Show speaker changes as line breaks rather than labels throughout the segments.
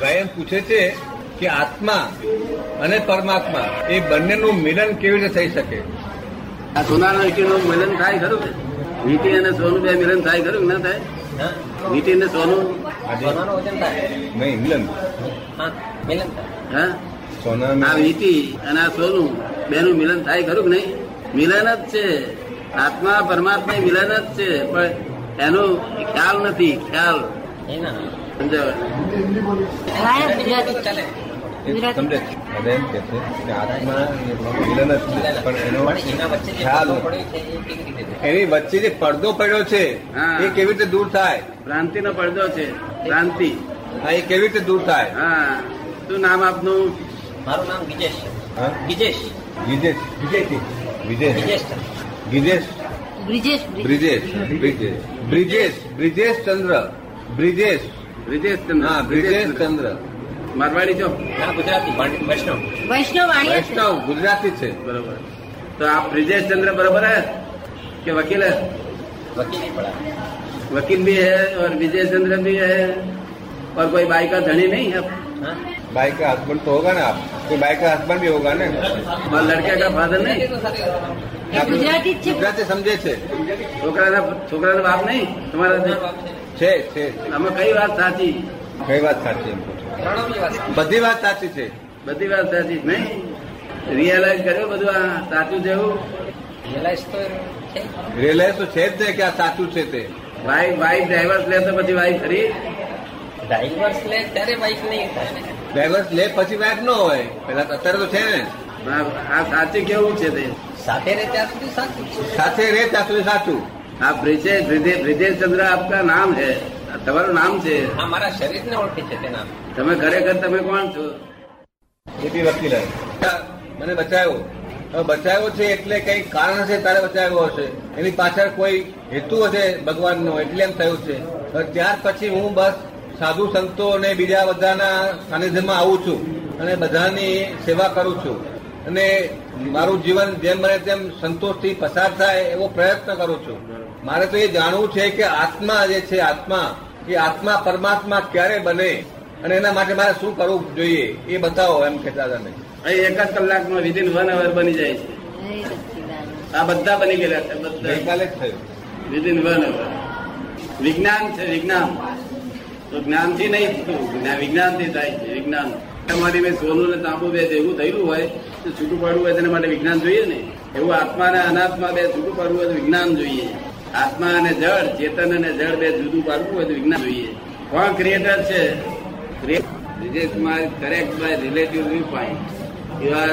ગાયન પૂછે છે કે આત્મા અને પરમાત્મા એ બંનેનું મિલન કેવી રીતે થઈ શકે
આ સોનાના વિકીનું મિલન થાય ખરું ને? વીંટી અને સોનું બે મિલન થાય ખરું કે ના થાય વીંટી અને સોનું
સોનાનું વજન થાય
નહીં મિલન
હા મિલન થાય
હા આ
સોના
વીંટી અને આ સોનું બેનું મિલન થાય ખરું કે નહીં મિલન જ છે આત્મા પરમાત્મા એ મિલન જ છે પણ એનો ખ્યાલ નથી ખ્યાલ
એ ના
સમજાવ
ગાયન ગુજરાતી
ચાલે
સમજે છે હવે એમ કે છે કે આત્મા અને મિલન જ છે પણ એનો
પણ એના વચ્ચે જે
ખ્યાલ
પડો પડ્યો છે એ કેવી રીતે થાય?
એની વચ્ચે જે પડદો પડ્યો છે
હા.
એ કેવી રીતે દૂર થાય
ભ્રાંતિનો પડદો છે ભ્રાંતિ
હા એ કેવી રીતે દૂર થાય
હા શું નામ આપનું
મારું નામ ગિજેશ છે.
હા?
ગિજેશ
વિજેશ વિજેશ
ગિજેશ છે.
વિજેશ
બ્રિજેશ બ્રિજેશ
બ્રિજેશ બ્રિજેશ બ્રિજેશ બ્રિજેશ ચંદ્ર બ્રિજેશ
બ્રિજેશ ચંદ્ર
હા બ્રિજેશ ચંદ્ર
મારવાડી છો
ના ગુજરાતી ભાણ- વૈષ્ણવ
વૈષ્ણવ વાણિયા છે
વૈષ્ણવ ગુજરાતી છે
બરોબર તો આ બ્રિજેશ ચંદ્ર બરોબર હે કે વકીલ હે
વકીલી પડા
वकील भी है और विजय चंद्र भी है और कोई बाई का धनी नहीं है
હા
भाई का हस्बैंड तो होगा ना आप तो भाई का हस्बैंड भी होगा ना
और लड़के का फादर नहीं
એ ગુજરાતી જ છે
ગુજરાતી સમજે છે
छोकरा ना छोकरा ना बाप नहीं तुम्हारा जो-
છે છે
આમાં કઈ વાત સાચી
કઈ વાત સાચી એમ પૂછો
ત્રણેયની વાત સાચી.
બધી વાત સાચી છે
બધી વાત સાચી નહીં રિયલાઇઝ કર્યો બધું આ સાચું જેવું
Realize તો છે.
રિલાયન્સ તો છે જ ને કે આ સાચું છે તે
વાઈફ વાઈફ ડ્રાઈવર્સ લે તો પછી વાઈફ ખરી
Drivers લે ત્યારે bike નહીં થાય ને.
ડ્રાઈવર્સ લે પછી વાત ન હોય પેલા તો અત્યારે તો છે ને
આ આ સાચું કેવું છે તે
સાથે રહે ત્યાં સુધી સાચું છે.
સાથે રે ત્યાં સુધી સાચું
આ બ્રિજેશ બ્રિજે- બ્રિજેશ ચંદ્ર આપકા નામ છે આ તમારું નામ છે
આ મારા શરીરને ઓળખે છે તેના
તમે ખરેખર તમે કોણ છો
એ બી વકીલ જ. મને બચાવ્યો હવે બચાવ્યો છે એટલે કઈ કારણ હશે તારે બચાવ્યો હશે એની પાછળ કોઈ હેતુ હશે ભગવાનનો એટલે એમ થયું છે હવે ત્યાર પછી હું બસ સાધુ સંતો અને બીજા બધાના સાનિધ્યમાં આવું છું અને બધાની સેવા કરું છું અને મારું જીવન જેમ બને તેમ સંતોષથી પસાર થાય એવો પ્રયત્ન કરું છું મારે તો એ જાણવું છે કે આત્મા જે છે આત્મા એ આત્મા પરમાત્મા ક્યારે બને અને એના માટે મારે શું કરવું જોઈએ એ બતાવો એમ કહેતા હતા ને
અહીં એક જ કલાકમાં વિધિન વન અવર બની જાય છે
એ સચ્ચી વાત.
આ બધા બની ગયેલા છે બધા
ગઈકાલે જ થયું
within one hour. વિજ્ઞાન છે વિજ્ઞાન તો જ્ઞાનથી નહીં થતું. જ્ઞા- વિજ્ઞાનથી થાય છે વિજ્ઞાન તમારી મેં સોનું ને તાંબુ બે એવું થયેલું હોય તો છૂટું પાડવું હોય તેના માટે વિજ્ઞાન જોઈએ ને એવું આત્મા અને અનાત્મા બે છૂટું પાડવું હોય તો વિજ્ઞાન જોઈએ આત્મા અને જળ ચેતન અને જળ બે જુદું પાડવું હોય તો વિજ્ઞાન જોઈએ કોણ ક્રિએટર છે Brijesh Kumar correct by relative view point you are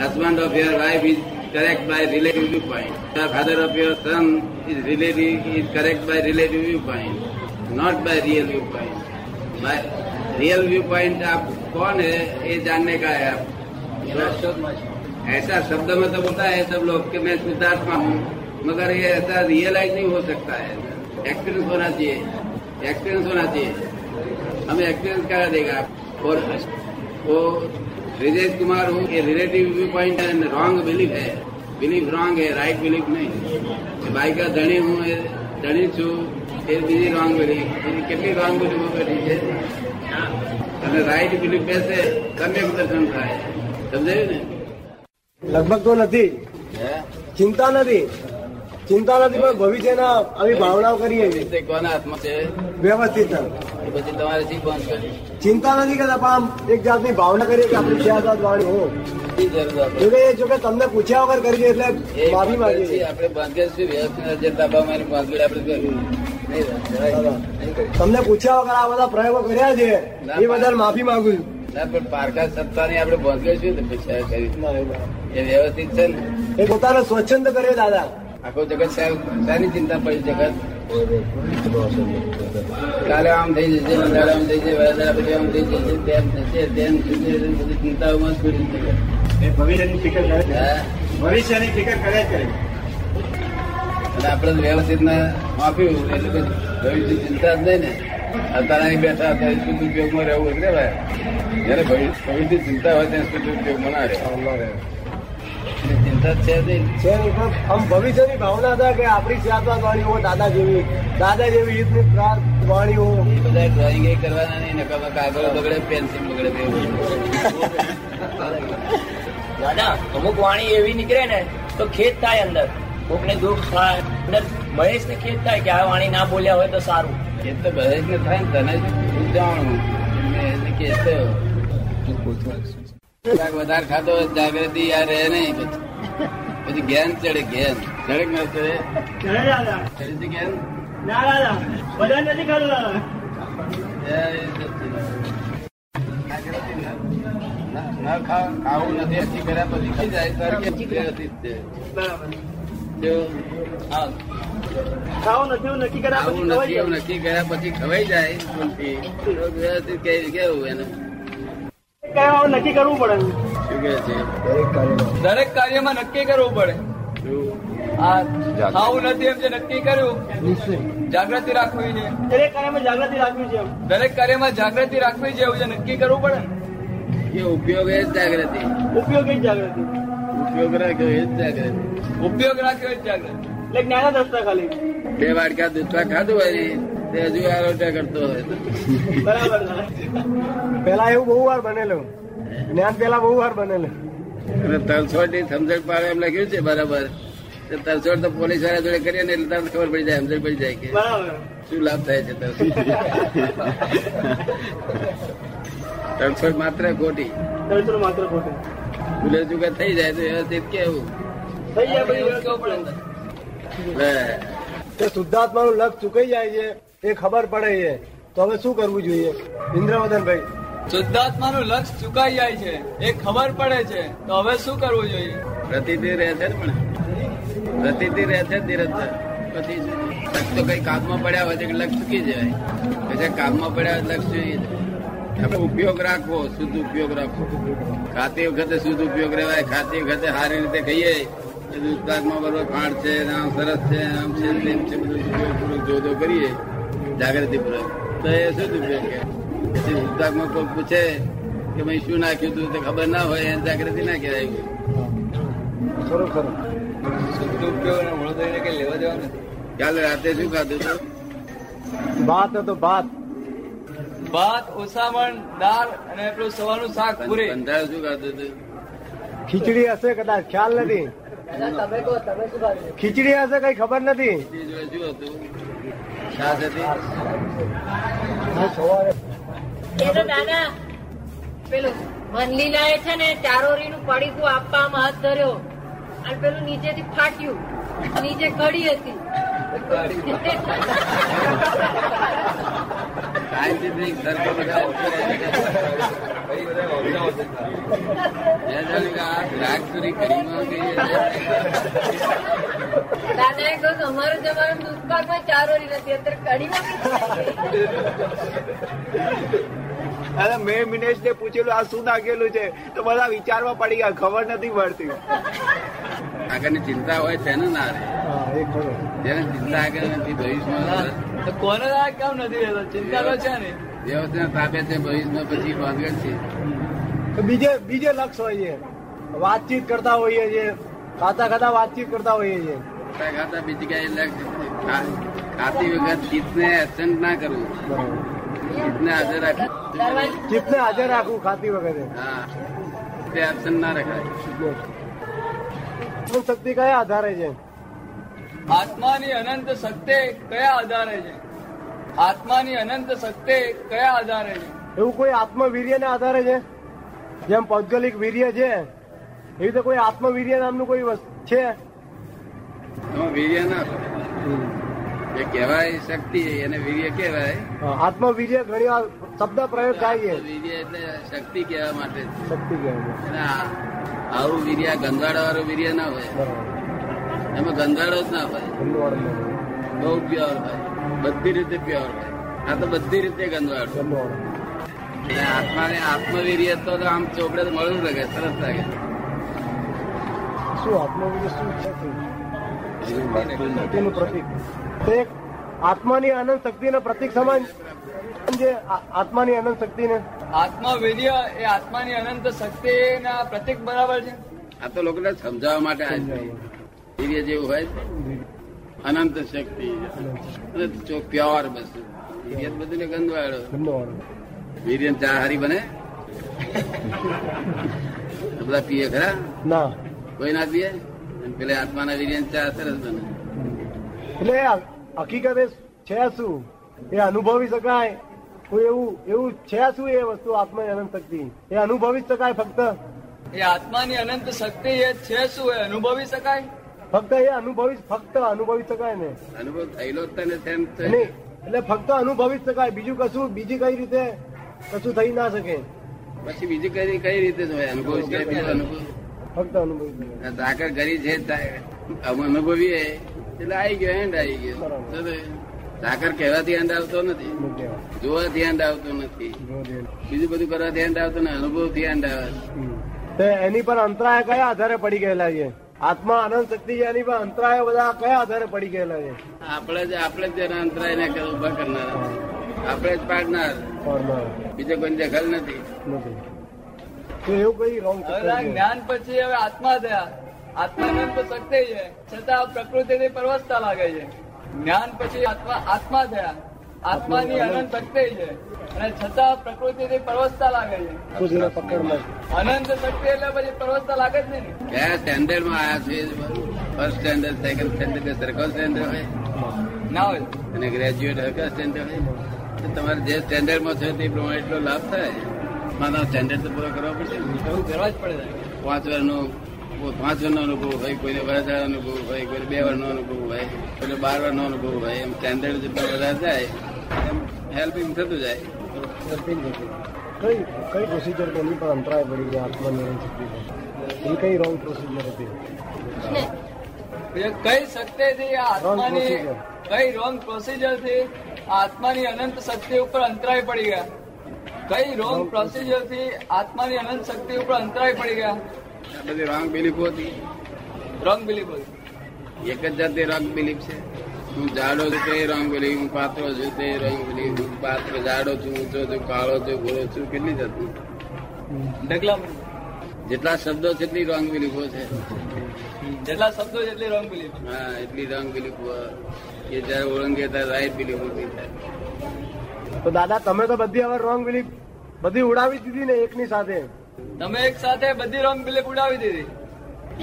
husband of your wife is correct by relative view point you are father of your son is relative is correct by relative view point not by real view point by real view point आप कौन है ये जानने का है आप
એના શોધમાં છું.
ऐसा शब्द में तो होता है सब लोग कि मैं शुद्धात्मा हूँ मगर ये ऐसा रियलाइज नहीं हो सकता है एक्सपीरियंस होना चाहिए एक्सपीरियंस होना चाहिए हमें एक्सपीरियंस क्या देगा और वो ब्रिजेश कुमार हूँ ये relative view point and wrong belief है बिलीफ रॉन्ग है राइट बिलीफ नहीं भाई का धनी हूँ ये धनी छू ये बीजी रॉन्ग बिलीफ બીજી કેટલી રોંગ બિલીફો બેઠી છે અને રાઈટ બિલીફ બેસે સમ્યક દર્શન થાય સમજાયું ને
લગભગ તો નથી ચિંતા નથી ચિંતા નથી પણ ભવિષ્યના આવી ભાવનાઓ કરીએ છીએ
રીતે કોના હાથમાં છે
વ્યવસ્થિત
એ પછી તમારે શી પહોંચ કરી
ચિંતા નથી કરતા પણ આમ એક જાતની ભાવના કરીએ કે આપણી ક્યાં જાત વાણી હો
શી જરૂર આપણે?
જોકે જોકે તમને પૂછ્યા વગર કરીએ
એ
એટલે માફી
પહોંચે છે,
માંગીએ
આપણે પહોંચે છે, વ્યવસ્થિત રીતે દબાવમાં એની પહોંચ કરી આપણે કરી. નહીં જરાય
બરાબર.
નહીં કરી.
તમને પૂછ્યા વગર આ બધા પ્રયોગો કર્યા છે એ બદલ માફી માંગુ છું
ના, પણ પારકા સત્તાની આપણે પહોંચ કરીશું ને પછી આ કરી.
ના, એ બરાબર.
એ વ્યવસ્થિત છે ને
એ પોતાને સ્વચ્છંદ કર્યો દાદા
આખો જગત સાહેબ સારી ચિંતા પડી જગત કાલે આમ થઈ જશે કાલે આમ થઈ જશે વડોદરા પછી આમ થઈ જશે તેમ થશે તેમ થશે બધી ચિંતાઓમાં જ પડી જગત
ભવિષ્યની ફિકર કરે
હા
ભવિષ્યની ફિકર કરે કરે
અને આપણે વ્યવસ્થિત ને આપ્યું એટલે કે ભવિષ્ય ચિંતા જ નહીં ને અત્યારે અહીં બેઠા હતા એ શુદ્ધ ઉપયોગમાં રહેવું એટલે ભાઈ જયારે ભવિષ્ય ભવિષ્યની ચિંતા હોય ત્યાં શુદ્ધ ઉપયોગમાં ના રહે એટલે શ્રદ્ધા છે નહીં
છે નહીં પણ આમ ભવિષ્યની ભાવના હતા કે આપણી જાતવાદ વાણીઓ દાદા જેવી દાદા જેવી રીતની પ્રા- વાણીઓ
એ બધા ડ્રોઈંગ એ કરવાના નહીં નકામા કાગળ બગડે પેન્સિલ બગડે બે
દાદા અમુક વાણી એવી નીકળે ને તો ખેત થાય અંદર કોકને દુઃખ થાય અંદર મહેશ ને ખેત થાય કે આ વાણી ના બોલ્યા હોય તો સારું
એ તો બહેજ ને થાય ને તને જ ખુદ જાણવું એમને એને કેસ થયો શાક વધારે ખાતો હોય તો જાગૃતિ આ રહે નહીં પછી પછી જ્ઞાન ચડે જ્ઞાન ચડે કે ન ચડે ચડે છે જ્ઞાન જય સચ્ચિદાનંદ. જાગૃતિ ન- ન- ન ખાવ ખાવું નથી હજી કર્યા પછી ખાઈ જાય તો કેમ છે? હજી જ છે. જો
હા
આવું નથી એવું નક્કી કર્યા પછી ખવાઈ જાય ઊંધી. તો વ્યવસ્થિત કહી કેવું એને શું કહે છે
દરેક કાર્યમાં
દરેક કાર્યમાં નક્કી કરવું પડે આ ખાવું નથી એમ જે નક્કી કર્યું જાગૃતિ રાખવી છે દરેક કાર્યમાં જાગૃતિ રાખવી છે એવું જે નક્કી કરવું પડે ને
કે ઉપયોગ એ જ જાગૃતિ ઉપયોગ રાખ્યો એ જ જાગૃતિ
ઉપયોગ રાખ્યો એ જ જાગૃતિ
બે વાડકા દૂધવા ખાધું હોય ને તે હજુ આરોટા કરતો હોય
પેલા એવું બહુ વાર બનેલું જ્ઞાન પેલા બહુ વાર બનેલું
અને તરછોડ ની સમજણ પાડે એમ લખ્યું છે બરાબર તો તરછોડ તો પોલીસ વાળા જોડે કરીએ ને એટલે તરત ખબર પડી જાય સમજણ પડી જાય કે શું લાભ થાય છે તરછોડ તરછોડ માત્ર ખોટી ભૂલે ચૂકે થઈ જાય તો વ્યવસ્થિત કેવું બરાબર.
તે શુદ્ધાત્માનું લક્ષ ચૂકાઈ જાય છે એ ખબર પડે છે તો હવે શું કરવું જોઈએ ઇન્દ્રવદનભાઈ
શુદ્ધાત્માનું લક્ષ ચુકાઈ જાય છે એ ખબર પડે છે તો હવે શું કરવું જોઈએ
પ્રતિથી રહે છે ને પણ પ્રતિથી રહે છે ધીરજભાઈ. પછી શું? લક્ષ તો કઈ કામમાં પડ્યા હોય તો કે લક્ષ ચૂકી જાય પછી કામમાં પડ્યા હોય તો લક્ષ ચૂકી જાય આપણે ઉપયોગ રાખવો શુદ્ધ ઉપયોગ રાખવો ખાતી વખતે શુદ્ધ ઉપયોગ રહેવાય ખાતી વખતે સારી રીતે કહીએ કે દૂધપાકમાં બરોબર ફાંડ છે ને આમ સરસ છે ને આમ છે ને તેમ છે બધું ઉપયોગપૂર્વક જોજો કરીએ જાગૃતિપૂર્વક તો એ શુદ્ધ ઉપયોગ કહેવાય પછી દૂધપાકમાં કોઈ પૂછે કે ભાઈ શું નાખ્યું હતું તો ખબર ના હોય એને જાગૃતિ ના કહેવાય
ખરું ખરું
શુદ્ધ ઉપયોગ અને વડોદરાને કઈ લેવા દેવા નથી
કાલ રાતે શું ખાધું હતું
ભાત હતો ભાત
ભાત ઓસામણ દાળ અને પેલું સવારનું શાક પૂરી
કંટાળ શું ખાધું હતું
ખીચડી હશે કદાચ ખ્યાલ નથી ખીચડી હશે કઈ ખબર નથી
તે જોડે શું હતું છાશ હતી
એ તો દાદા પેલું વનલીલા એ છે ને ચારોરી નું પડીકું આપવામાં હાથ ધર્યો અને પેલું નીચેથી ફાટ્યું નીચે કડી હતી
સાયન્ટિફિક સરખો બધા ઓછો રહે છે. મેં જાણ્યું કે આ રાગસુરી કરીમાં કઈ
દાદાએ કહ્યું કે અમારું જમાનું દૂધપાકમાં ચારોરી નથી અત્યારે કડીમાં
અરે મેં મિનેશને પૂછેલું આ શું નાખેલું છે તો બધા વિચારમાં પડી ગયા ખબર નથી પડતી
આગળની ચિંતા હોય તેને ના રહે
હા એ ખરું
જેને ચિંતા આગળ નથી ભવિષ્યમાં
તો કોને આ કામ નથી રહેતો ચિંતા તો છે નહીં
વ્યવસ્થા તાપે છે ભવિષ્યમાં પછી વાંધગઢ છે
તો બીજે બીજે લક્ષ હોય છે વાતચીત કરતા હોઈએ છીએ ખાતા ખાતા વાતચીત કરતા હોઈએ છીએ
ખાતા ખાતા બીજી કઈ લક્ષ ખા- ખાતી વખત ચિત્તને એબસેન્ટ ના કરવું ચિત્તને હાજર રાખવું
દરવાજો
ચિત્તને હાજર રાખવું ખાતી વખતે
હા તે એબસેન્ટ ના રખાય
આત્મ શક્તિ કયા આધારે છે
આત્માની અનંત શક્તિ કયા આધારે છે આત્માની અનંત શક્તિ કયા આધારે છે
એવું કોઈ આત્મવીર્યને આધારે છે જેમ ભૌગોલિક વીર્ય છે એવી રીતે કોઈ આત્મવીર્ય નામનું કોઈ વસ્તુ છે
તો વીર્ય ના હોય. જે કહેવાય શક્તિ એને વીર્ય કહેવાય
આત્મવીર્ય ઘણી વાર શબ્દ પ્રયોગ થાય છે
વીર્ય એટલે શક્તિ કહેવા માટે જ.
શક્તિ કહેવાય છે.
અને આ- આવું વીર્ય ગંધાડા વાળું વીર્ય ના હોય
બરાબર.
એમાં ગંધાડો જ ના હોય
ધન્યવાદ.
બહુ પ્યોર હોય બધી રીતે પ્યોર હોય આ તો બધી રીતે ગંધવાડો
ધન્યવાદ.
એટલે આત્માને આત્મવીર્ય તો આમ ચોપડે તો મળવું લાગે સરસ લાગે
શું આત્મવીર્ય શું છે તેનું પ્રતીક તે એક આત્માની આનંદ શક્તિને પ્રતીક સમાન જે આ- આત્માની આનંદ શક્તિને
આત્મા વીર્ય એ આત્માની અનંત શક્તિના પ્રતીક બરાબર છે
આ તો લોકોને સમજાવવા માટે આ છે. ધીરે જેવું હોય છે. અનંત શક્તિ અને ચો પ્યોર બસ ધીરે બધું ને ગંદવાળો વીર્ય ચા હારી બને આ બધા પીએ ખરા
ના
કોઈ ના પીએ અને પેલા આત્માના વીર્ય ચા સરસ બને
એટલે આ હકીકત એ છે શું એ અનુભવી શકાય કોઈ એવું એવું છે શું એ વસ્તુ આત્મા અનંત શક્તિ એ અનુભવી જ શકાય ફક્ત
એ આત્માની અનંત શક્તિ એ છે શું એ અનુભવી શકાય
ફક્ત એ અનુભવી ફક્ત અનુભવી શકાય ને
અનુભવ થયેલો જ તને સેમ છે.
નહીં એટલે ફક્ત અનુભવી જ શકાય બીજું કશું બીજી કઈ રીતે કશું થઈ ના શકે
પછી બીજું કઈ કઈ રીતે જોય અનુભવ છે બીજો અનુભવ
ફક્ત અનુભવી શકાય
ઝાકર ગરી છે તા- આમ અનુભવીએ એટલે આવી ગયો એન્ડ આવી ગયો
બરાબર.
તો તે ઝાકર કહેવાથી એન્ડ આવતો નથી
શું કહેવાય?
જોવાથી એન્ડ આવતો નથી
જો દેન.
બીજું બધું કરવાથી એન્ડ આવતો ને અનુભવથી એન્ડ આવે છે.
હમ. તો એની પર અંતરાય કયા આધારે પડી ગયેલા છે આત્મા અનંત શક્તિ છે એની પર અંતરાય બધા કયા આધારે પડી ગયેલા છે
આપણે જ આપણે જ એના અંતરાયને કર- ઊભા કરનારા છે. આપણે જ પાડનાર
કોર્નર
બીજો કોઈ દખલ નથી
નથી તો એવું કઈ રોંગ
હવે આ જ્ઞાન પછી હવે આત્મા થયા આત્મા અનંત શક્તિ છે છતાં પ્રકૃતિથી પરવસતા લાગે છે જ્ઞાન પછી આત્મા આત્મા થયા આત્માની અનંત શક્તિ છે અને છતાં પ્રકૃતિથી પરવસતા લાગે છે
કુદરત પકડમાં
અનંત શક્તિ એટલે પછી પરવસતા લાગે જ નહીં ને
કયા સ્ટેન્ડર્ડ માં આવ્યા છે ફર્સ્ટ સ્ટેન્ડર્ડ સેકન્ડ સ્ટેન્ડર્ડ સરખો સ્ટેન્ડર્ડ હોય
ના હોય
અને ગ્રેજ્યુએટ હરકા સ્ટેન્ડર્ડ હોય તો તમારે જે સ્ટેન્ડર્ડમાં છે તે પ્રમાણે એટલો લાભ થાય મારા સ્ટેન્ડર્ડ તો પૂરો કરવો પડશે ને.
એવું કરવા જ પડે છે.
પાંચ વારનો પાંચ વારનો અનુભવ હોય કોઈને વર્ષ અનુભવ હોય કોઈને બે વારનો અનુભવ હોય કોઈને બાર વારનો અનુભવ હોય એમ સ્ટેન્ડર્ડ જેટલો વધારે જાય એમ હેલ્પિંગ થતું જાય
કઈ કઈ પ્રોસિજર એની પર અંતરાય પડી ગયા આત્મનિર્ભર શક્તિ પર એ કઈ રોંગ પ્રોસિજર હતી
ને
એટલે કઈ શક્તિ થી આ આત્માની
Wrong
કઈ રોંગ પ્રોસિજર થી આ આત્માની અનંત શક્તિ ઉપર અંતરાય પડી ગયા કઈ રોંગ પ્રોસિજર થી આત્માની અનંત શક્તિ ઉપર અંતરાય પડી ગયા
આ બધી રોંગ બિલીફ હતી
રોંગ બિલીફ
એક જ જાતની રોંગ બિલીફ છે હું જાડો છું તે રોંગ બિલીફ હું પાતળો છું તે રોંગ બિલીફ હું પાત્ર જાડો છું ઊંચો છું કાળો છું ગોળો છું કેટલી જાતની
ડગલા
જેટલા શબ્દો છે એટલી રોંગ બિલીફો છે
જેટલા શબ્દો છે એટલી રોંગ બિલીફ
હા એટલી રોંગ બિલીફો કે જયારે ઓળંગે ત્યારે રાઈટ બિલીફ ઉભી થાય
તો દાદા તમે તો બધી હવે રોંગ બિલીફ બધી ઉડાવી જ દીધી ને એકની સાથે
તમે એક સાથે બધી રોંગ બિલીફ ઉડાવી દીધી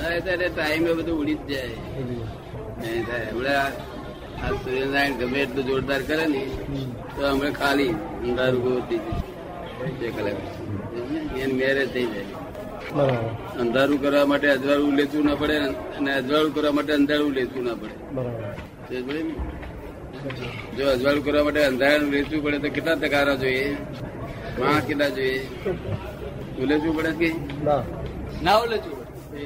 ના ત્યારે ટાઈમે બધું ઉડી જ જાય નહીં થાય હમણાં આ સૂર્યનારાયણ ગમે એટલું જોરદાર કરે ને તો હમણે ખાલી અંધારું ઉભું થઈ જાય બે કલાક પછી. એની મેરેજ થઈ જાય
બરાબર
અંધારું કરવા માટે અજવાળું લેતું ના પડે અને અજવાળું કરવા માટે અંધારું લેતું ના પડે
બરાબર
સમજ પડી ને? જો અજવાળું કરવા માટે અંધારું લેતું પડે તો કેટલા ટકારા જોઈએ માણસ કેટલા જોઈએ તું લેતું પડે કે
ના
ના ઓલે છું
એ